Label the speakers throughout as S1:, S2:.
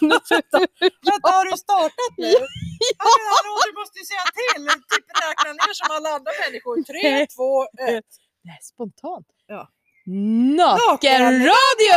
S1: nu sluta.
S2: Vänta, har du startat nu? Hallå, hallå, du måste ju säga till. Typ räkna ner som alla andra människor. Tre, två, ett.
S1: Nej, spontant.
S2: Ja.
S1: Nakenradio!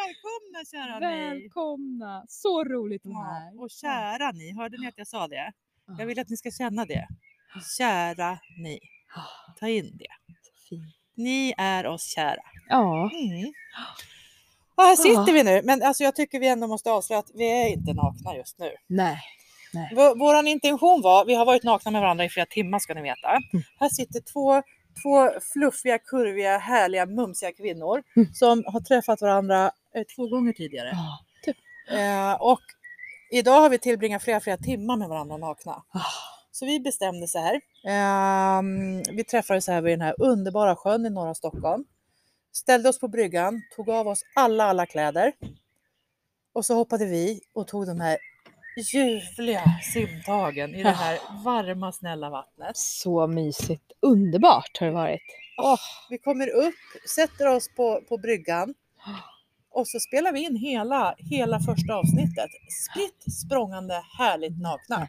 S2: Välkomna kära ni.
S1: Välkomna! Så roligt att vara
S2: Ja,
S1: här.
S2: och kära ni, hörde ni att jag sa det? Jag vill att ni ska känna det.
S1: Ja.
S2: Kära ni,
S1: Ah,
S2: ta in det.
S1: fint.
S2: Ni är oss kära.
S1: Ja,
S2: Mm. Och här
S1: Ja.
S2: sitter vi nu, men alltså jag tycker vi ändå måste avslöja att vi är inte nakna just nu.
S1: nej.
S2: V- Vår intention var, vi har varit nakna med varandra i flera timmar ska ni veta. Här sitter två, två fluffiga, kurviga, härliga, mumsiga kvinnor
S1: Mm.
S2: som har träffat varandra eh, två gånger tidigare.
S1: Ah, typ.
S2: Eh, och idag har vi tillbringat flera, flera timmar med varandra nakna.
S1: Ah,
S2: Så vi bestämde så här. Ehm, vi träffades här vid den här underbara sjön i norra Stockholm. Ställde oss på bryggan, tog av oss alla, alla kläder. Och så hoppade vi och tog de här ljuvliga simtagen i det här varma, snälla vattnet.
S1: så mysigt. Underbart har det varit.
S2: Vi kommer upp, sätter oss på, på bryggan och så spelar vi in hela, hela första avsnittet. Spritt språngande, härligt nakna.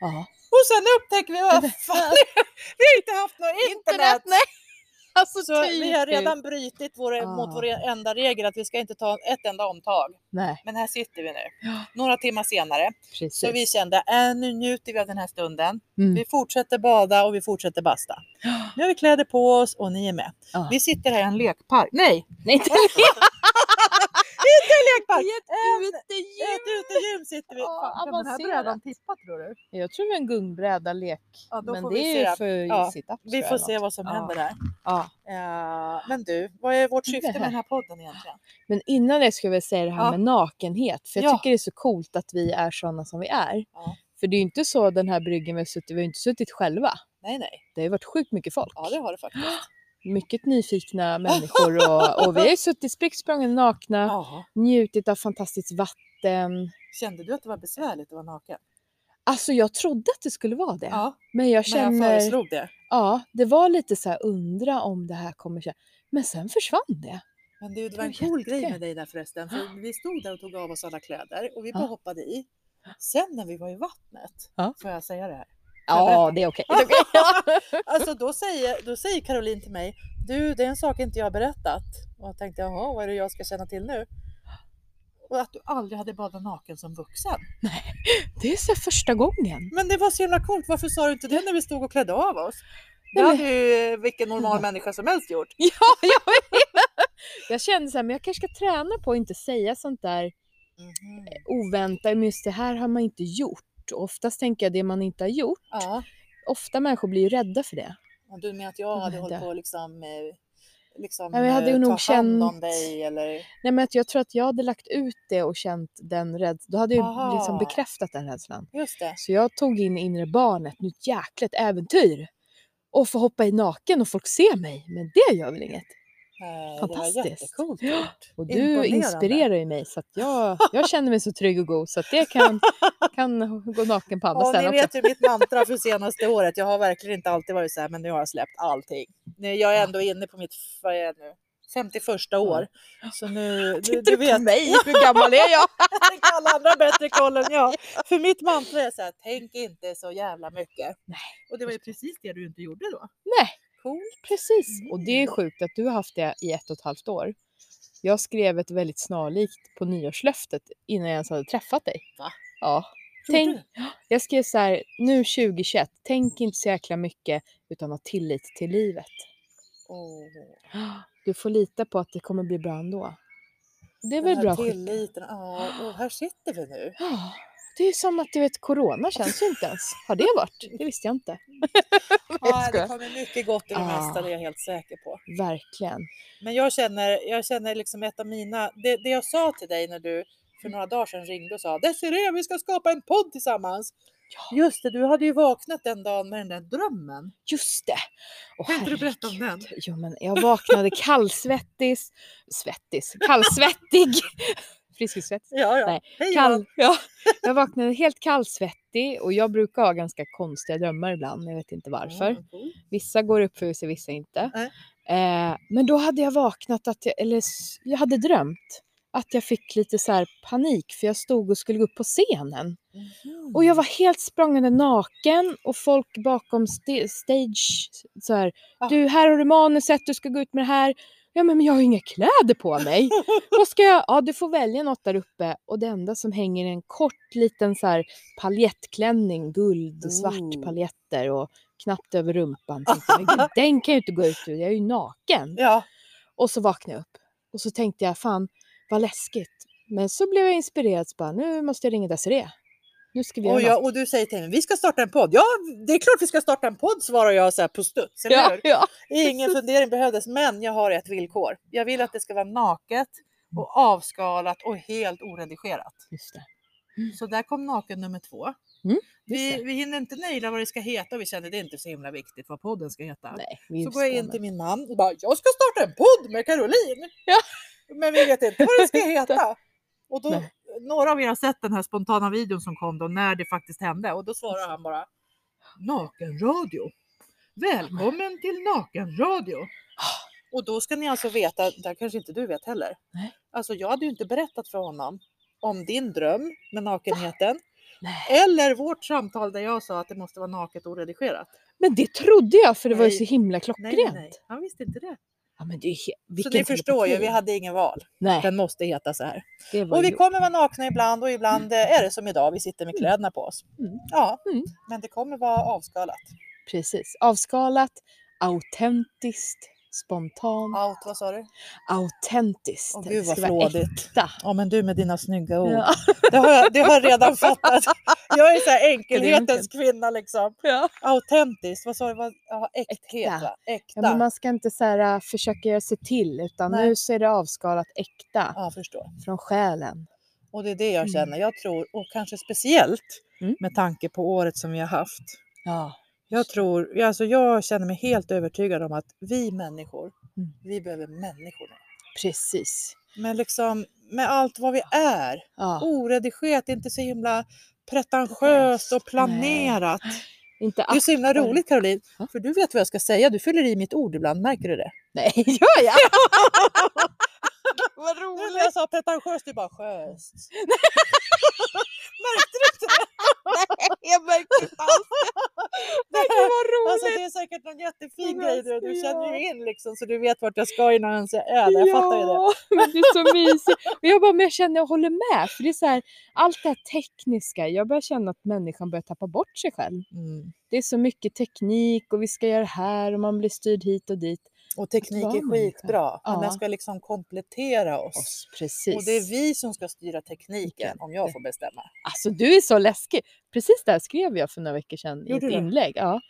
S1: Ja.
S2: Och sen upptäcker vi vad fan, vi har inte haft något internet.
S1: nej! Alltså
S2: Så vi har
S1: typiskt. Ah.
S2: redan brutit vår,
S1: Ja.
S2: mot vår enda regel att vi ska inte ta ett enda omtag.
S1: Nej,
S2: Men här sitter vi nu,
S1: Ja.
S2: några timmar senare.
S1: precis.
S2: Så vi kände, äh, nu njuter vi av den här stunden.
S1: Mm.
S2: Vi fortsätter bada och vi fortsätter basta. Nu har vi kläder på oss och ni är med.
S1: Ja.
S2: Vi sitter här i en lekpark. Nej,
S1: Nej, inte
S2: lekpark!
S1: ett utegym.
S2: Ett utegym sitter vi.
S1: Ja,
S2: Fan, kan den här
S1: avancerat.
S2: brädan tippa tror du?
S1: Jag tror det är en gungbräda lek.
S2: Ja, då
S1: men
S2: får
S1: det
S2: vi
S1: är ju
S2: se.
S1: för
S2: Ja,
S1: sit-ups.
S2: Vi
S1: tror
S2: får
S1: jag,
S2: se
S1: eller något.
S2: vad som
S1: Ja.
S2: händer där.
S1: Ja.
S2: Ja, men du, vad är vårt syfte
S1: här.
S2: med den här podden egentligen?
S1: Men innan det ska vi säga det här
S2: Ja.
S1: med nakenhet. För jag
S2: Ja.
S1: tycker det är så coolt att vi är sådana som vi är.
S2: Ja.
S1: För det är ju inte så den här bryggen vi har suttit, vi har ju inte suttit själva.
S2: Nej, nej.
S1: Det har ju varit sjukt mycket folk.
S2: Ja, det har du faktiskt.
S1: Mycket nyfikna människor och, och vi har ju suttit spritt språngande nakna,
S2: Ja.
S1: njutit av fantastiskt vatten.
S2: Kände du att det var besvärligt att vara naken?
S1: Alltså jag trodde att det skulle vara det. Men jag
S2: när jag
S1: känner,
S2: föreslog det.
S1: ja det var lite så här undra om det här kommer kännas. Men sen försvann det.
S2: Men du, det
S1: Det
S2: var en
S1: var
S2: cool grej
S1: jättekul.
S2: med dig där förresten. För vi stod där och tog av oss alla kläder och vi
S1: Ja.
S2: bara hoppade i. Sen när vi var i vattnet,
S1: Ja.
S2: får jag säga det här? jag
S1: Ja, det är okej. det är okej.
S2: Alltså då säger, då säger Caroline till mig, du det är en sak inte jag har berättat. Och jag tänkte, jaha vad är det jag ska känna till nu? Och att du aldrig hade badat naken som vuxen.
S1: Det är så här första gången.
S2: Men det var så himla coolt, varför sa du inte det när vi stod och klädde av oss?
S1: Nej,
S2: Det
S1: men-
S2: hade ju vilken normal människa som helst gjort.
S1: Ja, jag vet. Jag kände så här, men jag kanske ska träna på att inte säga sånt där
S2: Mhm.
S1: oväntat, men just det här har man inte gjort. Och Oftast tänker jag det man inte har gjort.
S2: Ja.
S1: Ofta människor blir ju rädda för det.
S2: Om du menar att jag
S1: Vad
S2: hade
S1: hände?
S2: hållit på att liksom, eh, liksom
S1: Ja, men jag hade
S2: eh,
S1: ju
S2: ta
S1: nog
S2: hand om
S1: känt-
S2: dig eller...
S1: Nej, men att jag tror att jag hade lagt ut det och känt den rädslan. Då hade jag ju liksom
S2: Aha.
S1: bekräftat den rädslan.
S2: Just det.
S1: Så jag tog in inre barnet, nu ett jäkla ett äventyr. Och få hoppa i naken och folk ser mig. Men det gör väl inget.
S2: Eh, Det var
S1: Fantastiskt.
S2: jättecoolt
S1: Ja,
S2: gjort.
S1: Och du
S2: Imponerande.
S1: inspirerar ju mig så att jag, jag känner mig så trygg och god så att det kan, kan gå naken på andra
S2: Ja, ni
S1: ställen också.
S2: vet ju mitt mantra för senaste året. Jag har verkligen inte alltid varit så här, men nu har jag släppt allting. Nu, jag är ändå inne på mitt vad är jag nu? 51 år. Så nu, du,
S1: Tittar
S2: du
S1: du på
S2: vet,
S1: mig? Hur gammal är jag?
S2: jag tänker alla andra har bättre koll än jag. För mitt mantra är så här, tänk inte så jävla mycket.
S1: Nej.
S2: Och det var ju precis det du inte gjorde då.
S1: Nej,
S2: Cool.
S1: precis.
S2: Mm.
S1: Och det är sjukt att du har haft det i ett och ett halvt år. Jag skrev ett väldigt snarlikt på nyårslöftet innan jag ens hade träffat dig.
S2: Va?
S1: Ja.
S2: Gjorde
S1: Tänk-
S2: du?
S1: Jag skrev så här, nu 2021, tänk inte så jäkla mycket utan ha tillit till livet.
S2: Åh.
S1: Du får lita på att det kommer bli bra ändå. Det är
S2: Den
S1: väl
S2: här
S1: bra skit.
S2: tilliten. Ja, och här sitter vi nu.
S1: Ja, det är som att du vet, corona känns ju inte ens. Har det varit? Det visste jag inte. jag
S2: Ja,
S1: skojar.
S2: det kommer mycket gott i det
S1: Ah.
S2: mesta, det är jag helt säker på.
S1: Verkligen.
S2: Men jag känner, jag känner liksom ett av mina, det, det jag sa till dig när du för några dagar sedan ringde och sa Desirée, vi ska skapa en podd tillsammans.
S1: Ja.
S2: Just det, du hade ju vaknat den dagen med den där drömmen.
S1: Just det! Åh,
S2: Kan inte du berätta om den?
S1: herregud. Jo, men jag vaknade kallsvettis. Svettis. Kallsvettig. Frisk och svettig.
S2: Ja, ja.
S1: Nej,
S2: Hej Johan.
S1: Kall, ja, jag vaknade helt kallsvettig och jag brukar ha ganska konstiga drömmar ibland. Jag vet inte varför.
S2: Ja, cool.
S1: Vissa går upp för sig, vissa inte.
S2: Ah. Nej.
S1: Eh, men då hade jag vaknat, att jag, eller s- jag hade drömt att jag fick lite så här panik för jag stod och skulle gå upp på scenen.
S2: Mhm.
S1: Och
S2: Mm.
S1: jag var helt språngande naken och folk bakom sta- stage så här,
S2: Ah.
S1: du här har du manuset, du ska gå ut med det här. Ja men jag har inga kläder på mig. Vad ska jag? Ja du får välja något där uppe och det enda som hänger är en kort liten så här paljettklänning, guld och svart
S2: Ooh.
S1: paljetter och knappt över rumpan. Tänkte, jag, men gud, den kan jag ju inte gå ut ur, jag är ju naken.
S2: Ja.
S1: Och så vaknade jag upp och så tänkte jag fan vad läskigt. Men så blev jag inspirerad, så bara, nu måste jag ringa Desirée. Nu ska vi göra
S2: Och,
S1: något.
S2: jag, och du säger till mig, vi ska starta en podd. Ja, det är klart vi ska starta en podd, svarar jag så här på studs. eller
S1: Ja,
S2: hur?
S1: ja.
S2: Ingen fundering behövdes, men jag har ett villkor. Jag vill att det ska vara naket och avskalat och helt oredigerat.
S1: Just det.
S2: Så där kom naken nummer två.
S1: Just
S2: Vi,
S1: det.
S2: vi hinner inte naila vad det ska heta och vi känner det är inte så himla viktigt vad podden ska heta.
S1: Nej, vi
S2: så går jag in
S1: bestämmer.
S2: till min man och bara, jag ska starta en podd med Caroline!
S1: Ja.
S2: Men vi vet inte vad det ska heta. Och då,
S1: Nej.
S2: några av er har sett den här spontana videon som kom då när det faktiskt hände och då svarar han bara Nakenradio. Välkommen till Nakenradio. Och då ska ni alltså veta, det här kanske inte du vet heller.
S1: Nej.
S2: Alltså jag hade ju inte berättat för honom om din dröm med nakenheten
S1: Nej.
S2: eller vårt samtal där jag sa att det måste vara naket och oredigerat.
S1: Men det trodde jag för det var ju
S2: Nej.
S1: så himla
S2: Nej,
S1: klockrent.
S2: nej, nej, han visste inte det.
S1: Ja, men det är he-
S2: Så
S1: vilken
S2: ni förstår ju,
S1: telepati.
S2: vi hade ingen val.
S1: Nej,
S2: Den måste heta så här.
S1: det var
S2: Och vi
S1: ju...
S2: kommer vara nakna ibland och ibland eh, är det som idag, vi sitter med
S1: Mm.
S2: kläderna på oss.
S1: Mm.
S2: Ja,
S1: Mm.
S2: men det kommer vara avskalat.
S1: Precis. Avskalat, autentiskt, spontant,
S2: Out, vad sa du?
S1: autentiskt.
S2: Åh, gud,
S1: det
S2: vad
S1: ska vara
S2: flådigt.
S1: äkta.
S2: Ja, men du med dina snygga ord.
S1: Ja.
S2: Det, har jag, det har jag redan fattat. Jag är så här enkelhetens
S1: Grymt.
S2: kvinna liksom.
S1: Ja.
S2: Autentiskt, vad sa du? Vad- Ja, äkthet,
S1: Äkta.
S2: va? Äkta.
S1: Ja, men man ska inte så här, äh, försöka göra sig till utan
S2: Nej.
S1: nu så är det avskalat äkta
S2: Ja, jag förstår.
S1: från själen.
S2: Och det är det jag
S1: Mm.
S2: känner. Jag tror, och kanske speciellt
S1: Mm.
S2: med tanke på året som vi har haft.
S1: Ja.
S2: Jag tror, alltså jag känner mig helt övertygad om att vi människor,
S1: Mm.
S2: vi behöver människor.
S1: Precis.
S2: Men liksom med allt vad vi är,
S1: Ja.
S2: oredigerat, inte så himla pretentiöst och planerat.
S1: Inte
S2: Det är
S1: alls.
S2: så himla
S1: vad det-
S2: roligt Caroline,
S1: Ja.
S2: för du vet vad jag ska säga. Du fyller i mitt ord ibland, märker du det?
S1: Nej, gör jag?
S2: Vad roligt! Jag sa pretentiöst, du bara sköst. märkte du inte det?
S1: Jag märkte inte alls det. Det var roligt.
S2: Alltså det är säkert någon jättefin
S1: Men
S2: grej du, du
S1: alltså,
S2: känner ju
S1: ja.
S2: in liksom så du vet vart jag ska innan jag ens jag är där. Jag fattar ju det.
S1: Ja, men det är så mysigt. Och jag bara, men jag känner jag håller med. För det är så här, allt det här tekniska, jag börjar känna att människan börjar tappa bort sig själv.
S2: Mm.
S1: Det är så mycket teknik och vi ska göra det här och man blir styrd hit och dit.
S2: Och teknik
S1: vara
S2: är
S1: människa.
S2: skitbra, men den
S1: Ja.
S2: ska liksom komplettera oss.
S1: Oss, precis.
S2: Och det är vi som ska styra tekniken om jag får bestämma.
S1: Alltså du är så läskig. Precis det här skrev jag för några veckor sedan
S2: Gjorde
S1: i
S2: du
S1: ett
S2: det?
S1: inlägg. Ja.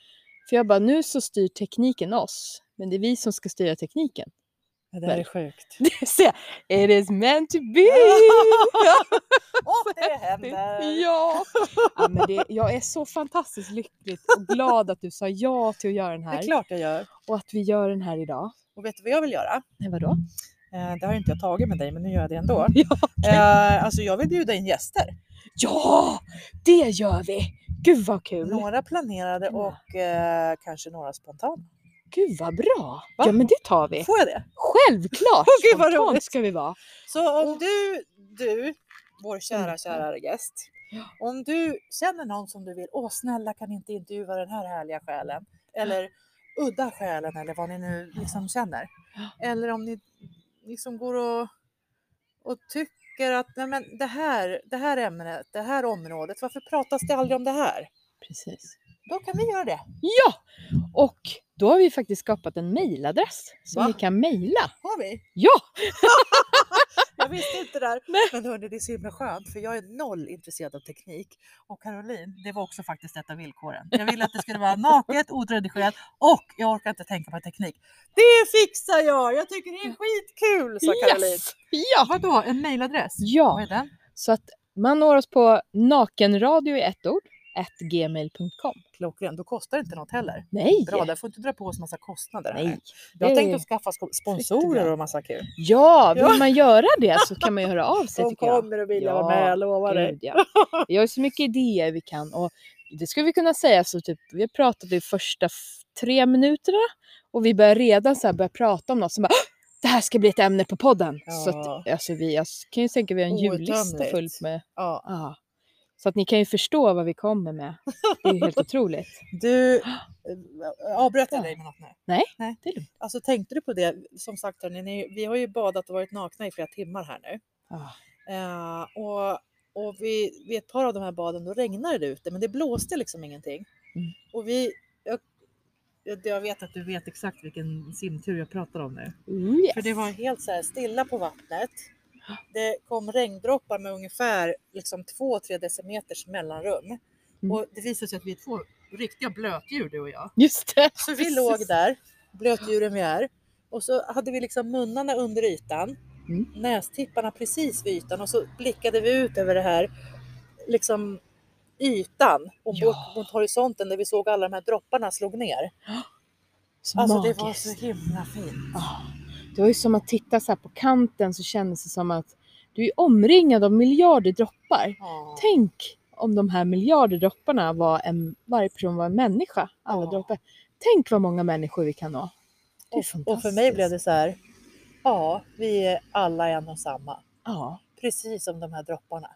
S1: För jag bara, nu så styr tekniken oss. Men det är vi som ska styra tekniken.
S2: Det där är
S1: Men-
S2: sjukt.
S1: Så, jag, It is meant to be!
S2: Och det händer!
S1: Ja! ja men det, jag är så fantastiskt lycklig och glad att du sa ja till att göra den
S2: Det är
S1: här.
S2: klart jag gör.
S1: Och att vi gör den här idag.
S2: Och vet du vad jag vill göra?
S1: Nej, vadå?
S2: Eh, Det har ju inte jag tagit med dig, men nu gör jag det ändå.
S1: Ja,
S2: Eh, Alltså jag vill bjuda in gäster.
S1: Ja! Det gör vi! Gud vad kul!
S2: Några planerade
S1: Mm. Ja.
S2: och eh, kanske några spontana.
S1: Gud vad bra!
S2: Va?
S1: Ja men det tar vi!
S2: Får jag det?
S1: Självklart!
S2: Åh, gud, vad
S1: Spontant
S2: roligt.
S1: ska vi vara.
S2: Så om du, du, vår kära,
S1: Mm.
S2: kära gäst. Om du känner någon som du vill, åh snälla kan inte intervjua den här härliga själen. Eller udda själen eller vad ni nu liksom känner. Eller om ni liksom går och, och tycker att nej men det, här, det här ämnet, det här området, varför pratas det aldrig om det här?
S1: Precis.
S2: Då kan vi göra det.
S1: Ja! Och då har vi faktiskt skapat en mailadress som
S2: Va?
S1: ni kan mejla.
S2: Har vi?
S1: Ja!
S2: Jag visste inte det där.
S1: Nej.
S2: Men hörni, det är så himla skönt för jag är noll intresserad av teknik. Och Caroline, det var också faktiskt ett av villkoren. Jag ville att det skulle vara naket, odredigerat och jag orkar inte tänka på teknik. Det fixar jag! Jag tycker det är skitkul, sa Caroline. Ah,
S1: Yes! Ja!
S2: Vadå, en mailadress? Vad
S1: Ja!
S2: är den?
S1: Så att man når oss på nakenradio i ett ord, at gmail.com.
S2: Klockren, då kostar det inte något heller.
S1: Nej!
S2: Bra, där får du inte dra på oss massa kostnader.
S1: Nej.
S2: Nej. Jag
S1: det-
S2: tänkte att skaffa sko- sponsorer
S1: Jättebra.
S2: och massa kul.
S1: Ja, vill
S2: Ja.
S1: man göra det så kan man ju höra av sig
S2: De
S1: tycker jag.
S2: kommer att vilja vara
S1: Ja,
S2: med, jag lovar dig.
S1: Gud, ja. Vi har ju så mycket idéer vi kan och det skulle vi kunna säga så typ, vi pratade i första f- tre minuterna och vi börjar redan så här börja prata om något som bara det här ska bli ett ämne på podden. Så
S2: Ja.
S1: att, alltså, vi jag kan ju tänka att vi har en jullista
S2: Outtömligt.
S1: fullt med.
S2: Ja.
S1: Ja. Så att ni kan ju förstå vad vi kommer med. Det är ju helt otroligt.
S2: Du, eh, avbröt jag
S1: Ja.
S2: dig med något nu?
S1: Nej,
S2: Nej.
S1: det är lugnt.
S2: Alltså tänkte du på det? Som sagt, hörni, ni, vi har ju badat och varit nakna i flera timmar här nu.
S1: Ja.
S2: Eh, och och vi, vid ett par av de här baden då regnade det ute, men det blåste liksom ingenting.
S1: Mm.
S2: Och vi, jag, jag- jag vet att du vet exakt vilken simtur jag pratar om nu.
S1: Yes.
S2: För det var helt så här stilla på vattnet. Det kom regndroppar med ungefär liksom 2-3 decimeters mellanrum.
S1: Mm.
S2: Och det visade sig att vi är två riktiga blötdjur du och jag.
S1: Just det.
S2: Så vi
S1: Precis.
S2: låg där, blötdjuren vi är. Och så hade vi liksom munnarna under ytan,
S1: Mm.
S2: nästipparna precis vid ytan och så blickade vi ut över det här liksom ytan och
S1: Ja.
S2: bort mot horisonten där vi såg alla de här dropparna slog ner.
S1: Så
S2: Alltså
S1: magiskt.
S2: det var så himla fint.
S1: Ja. Ah, Det var ju som att titta så här på kanten så kändes det som att du är omringad av miljarder droppar.
S2: Ja.
S1: Tänk om de här miljarder dropparna var en, varje person var en människa, alla
S2: Ja.
S1: droppar. Tänk vad många människor vi kan nå. Det är
S2: Och, och för mig
S1: fantastiskt.
S2: blev det så här, ja, vi är alla en och samma.
S1: Ja,
S2: Precis som de här dropparna.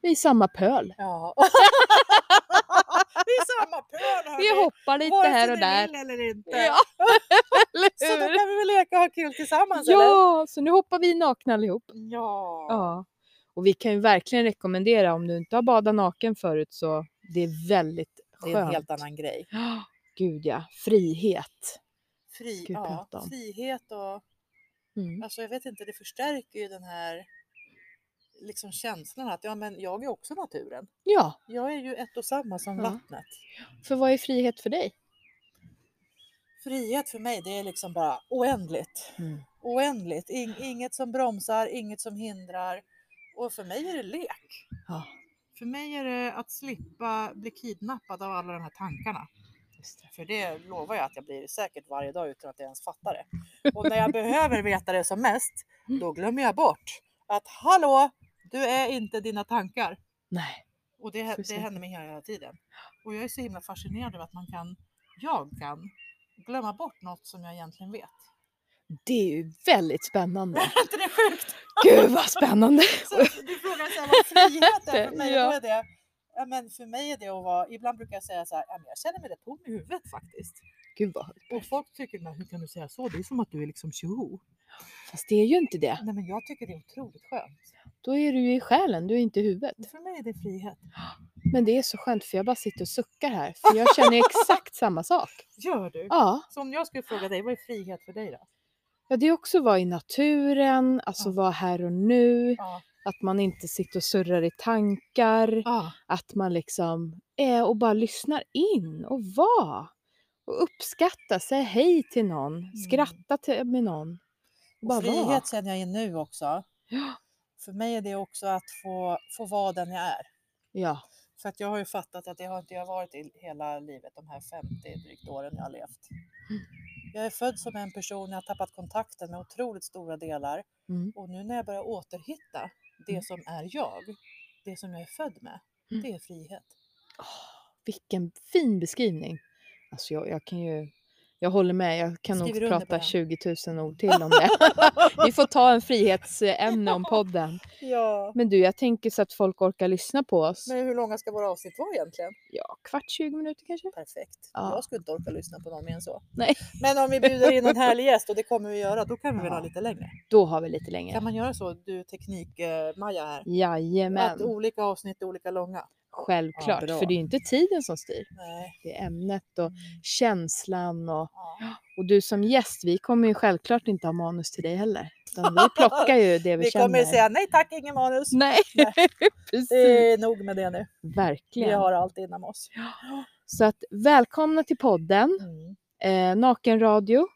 S1: vi är i samma pöl.
S2: Ja. vi är samma pöl hörni!
S1: Vi hoppar lite
S2: Vare sig
S1: här och
S2: ni
S1: där.
S2: vill eller inte.
S1: Ja,
S2: Så då
S1: eller hur?
S2: kan vi väl leka och ha kul tillsammans eller?
S1: Ja, så nu hoppar vi nakna allihop.
S2: Ja.
S1: Ja. Och vi kan ju verkligen rekommendera om du inte har badat naken förut så det är väldigt
S2: Det
S1: skönt.
S2: är en helt annan grej.
S1: Ja, Gud ja, frihet.
S2: Fri,
S1: Ska vi
S2: ja,
S1: prata om.
S2: frihet och...
S1: Mm.
S2: Alltså jag vet inte, det förstärker ju den här liksom känslan att ja, men jag är också naturen.
S1: Ja,
S2: Jag är ju ett och samma som
S1: Ja.
S2: vattnet.
S1: för vad är frihet för dig?
S2: Frihet för mig det är liksom bara oändligt. Oändligt. In, inget som bromsar, inget som hindrar. Och för mig är det lek.
S1: Ja,
S2: För mig är det att slippa bli kidnappad av alla de här tankarna.
S1: just det.
S2: För det lovar jag att jag blir säkert varje dag utan att jag ens fattar det. Och när jag behöver veta det som mest, då glömmer jag bort att hallå, du är inte dina tankar.
S1: Nej,
S2: Och det, det
S1: Precis.
S2: händer mig hela, hela tiden. Och jag är så himla fascinerad över att man kan, jag kan glömma bort något som jag egentligen vet.
S1: det är ju väldigt spännande.
S2: Är inte det sjukt?
S1: Gud vad spännande!
S2: Så du frågar så här, vad frihet är för mig. och Då
S1: Ja.
S2: är det, ja, men för mig är det att vara, ibland brukar jag säga så här, ja, men jag känner mig rätt tom i huvudet faktiskt.
S1: Gud vad
S2: Och folk tycker, men hur kan du säga så? Det är som att du är liksom tjoho.
S1: Fast det är ju inte det.
S2: Nej, men jag tycker det är otroligt skönt.
S1: Då är du ju i själen, du är inte i huvudet.
S2: För mig är det frihet.
S1: Men det är så skönt för jag bara sitter och suckar här. För jag känner exakt samma sak.
S2: Gör du?
S1: Ja,
S2: Så om jag skulle fråga dig, vad är frihet för dig då?
S1: ja det är också att vara i naturen, alltså
S2: Ja.
S1: vara här och nu.
S2: Ja.
S1: Att man inte sitter och surrar i tankar.
S2: Ah.
S1: Att man liksom är och bara lyssnar in och var. Och uppskatta, säga hej till någon, skratta till, med någon. Bara
S2: Mm. frihet
S1: vara.
S2: känner jag ju nu också.
S1: Ja.
S2: För mig är det också att få, få vara den jag är.
S1: Ja,
S2: För att jag har ju fattat att det har inte jag varit i hela livet, de här 50 drygt åren jag har levt.
S1: Mm.
S2: Jag är född som en person, jag har tappat kontakten med otroligt stora delar.
S1: Mm.
S2: Och nu när jag börjar återhitta det
S1: Mm.
S2: som är jag, det som jag är född med,
S1: Mm.
S2: det är frihet.
S1: vilken fin beskrivning. Alltså jag, jag kan ju... Jag håller med, jag kan nog
S2: Skriver du under på
S1: prata
S2: den?
S1: 20 000 ord till om det. Vi får ta en frihetsämne om podden.
S2: Ja.
S1: Men du, jag tänker så att folk orkar lyssna på oss.
S2: Men hur långa ska våra avsnitt vara egentligen?
S1: Ja, kvart 20 minuter kanske?
S2: Perfekt.
S1: Ja.
S2: Jag skulle inte orka lyssna på någon mer än så.
S1: Nej.
S2: Men om vi bjuder in en härlig gäst, och det kommer vi göra, då kan vi väl ha
S1: Ja.
S2: lite längre.
S1: Då har vi lite längre.
S2: Kan man göra så, du teknik-Maja här? Att
S1: Jajamän,
S2: olika avsnitt är olika långa?
S1: självklart.
S2: Ja, bra.
S1: för det är ju inte tiden som styr.
S2: Nej.
S1: Det är ämnet och känslan. Och,
S2: Ja.
S1: och du som gäst, vi kommer ju självklart inte ha manus till dig heller. Utan vi plockar ju det vi,
S2: Vi
S1: känner.
S2: kommer ju säga nej tack, ingen manus.
S1: Nej,
S2: Nej.
S1: precis.
S2: Det är nog med det nu. Vi
S1: Verkligen.
S2: har allt inom oss.
S1: Så att välkomna till podden.
S2: Mm.
S1: Eh, nakenradio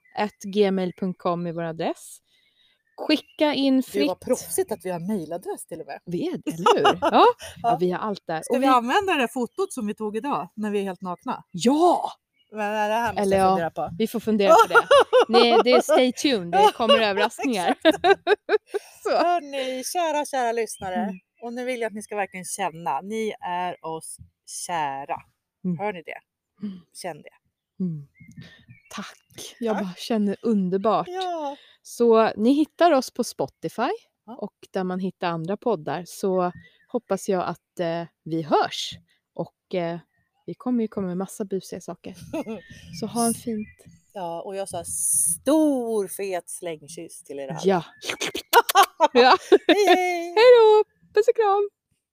S1: gmail.com är vår adress. Skicka in
S2: Det var
S1: fritt.
S2: proffsigt att vi har mejladress till och med.
S1: Vi är det, eller hur? Ja,
S2: Ja.
S1: ja vi har allt där.
S2: Ska
S1: Och vi-
S2: vi använda det där fotot som vi tog idag när vi är helt nakna?
S1: Ja!
S2: Men Det här måste
S1: Eller
S2: jag
S1: ja.
S2: fundera på.
S1: Vi får fundera på det. Nej, det är stay tuned. Det kommer överraskningar. Så.
S2: Hörni, kära, kära lyssnare.
S1: Mm.
S2: Och nu vill jag att ni ska verkligen känna. Ni är oss kära.
S1: Mm.
S2: Hör ni det?
S1: Mm.
S2: Känn det.
S1: Mm. Tack. Jag
S2: Tack.
S1: bara känner underbart.
S2: Ja.
S1: Så ni hittar oss på Spotify
S2: Ja.
S1: och där man hittar andra poddar. Så hoppas jag att eh, vi hörs. Och eh, vi kommer ju komma med massa busiga saker. Så ha en fin...
S2: Ja, och jag sa stor fet slängkyss till er alla.
S1: Ja! ja.
S2: Hej, hej!
S1: Hej då! Puss och kram!